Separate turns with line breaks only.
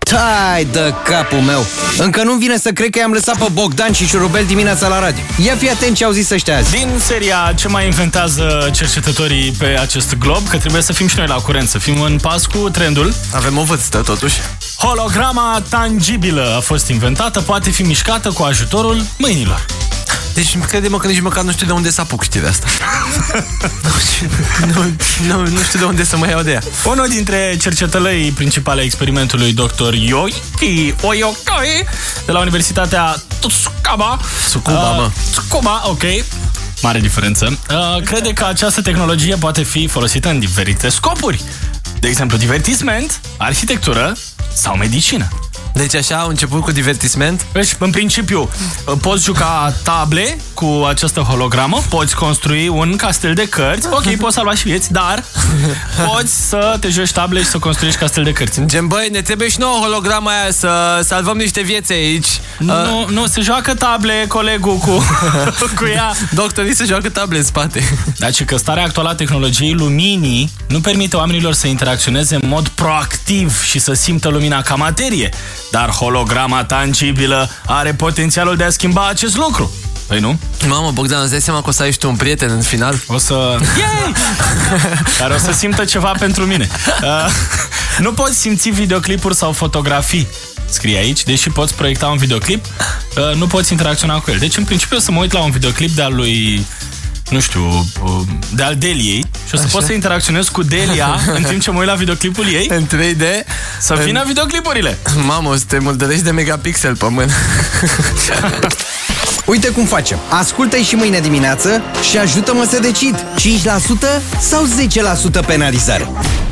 Tai de capul meu! Încă nu vine să cred că i-am lăsat pe Bogdan și Șurubel dimineața la radio. Ia fi atent ce au zis ăștia azi.
Din seria ce mai inventează cercetătorii pe acest glob, că trebuie să fim și noi la curent, să fim în pas cu trendul.
Avem o vârstă, totuși.
Holograma tangibilă a fost inventată, poate fi mișcată cu ajutorul mâinilor.
Deci crede-mă că nici măcar nu știu de unde să apuc știrea asta. nu, nu, nu știu de unde să mă iau de ea.
Unul dintre cercetălăii principale a experimentului dr. Yoiki Oyokoi de la Universitatea Tsukaba.
Tsukuba, mă.
Tsukuba, ok. Mare diferență. Uh, crede că această tehnologie poate fi folosită în diferite scopuri. De exemplu, divertisment, arhitectură sau medicină.
Deci așa au început cu divertisment.
Deci, în principiu, poți juca table cu această hologramă, poți construi un castel de cărți, ok, poți să luați și vieți, dar poți să te joci table și să construiești castel de cărți.
Gen, băi, ne trebuie și nouă holograma aia să salvăm niște vieți aici.
Nu, nu, se joacă table colegul cu, cu ea.
Doctorii se joacă table în spate.
Deci că starea actuală a tehnologiei luminii nu permite oamenilor să interacționeze în mod proactiv și să simtă lumina ca materie, dar holograma tangibilă are potențialul de a schimba acest lucru. Păi nu?
Mamă, Bogdan, îți dai seama că o să ai și tu un prieten în final?
O să... Yay! Dar o să simtă ceva pentru mine. Uh, nu poți simți videoclipuri sau fotografii. Scrie aici, deși poți proiecta un videoclip, uh, nu poți interacționa cu el. Deci, în principiu, o să mă uit la un videoclip de-al lui nu știu, uh, de-al Deliei și o să
Așa.
pot să interacționez cu Delia în timp ce mă uit la videoclipul ei
În 3D?
să vină videoclipurile.
Mamă, o să te murdărești de megapixel pe mână.
Uite cum facem. Ascultă-i și mâine dimineață și ajută-mă să decid. 5% sau 10% penalizare.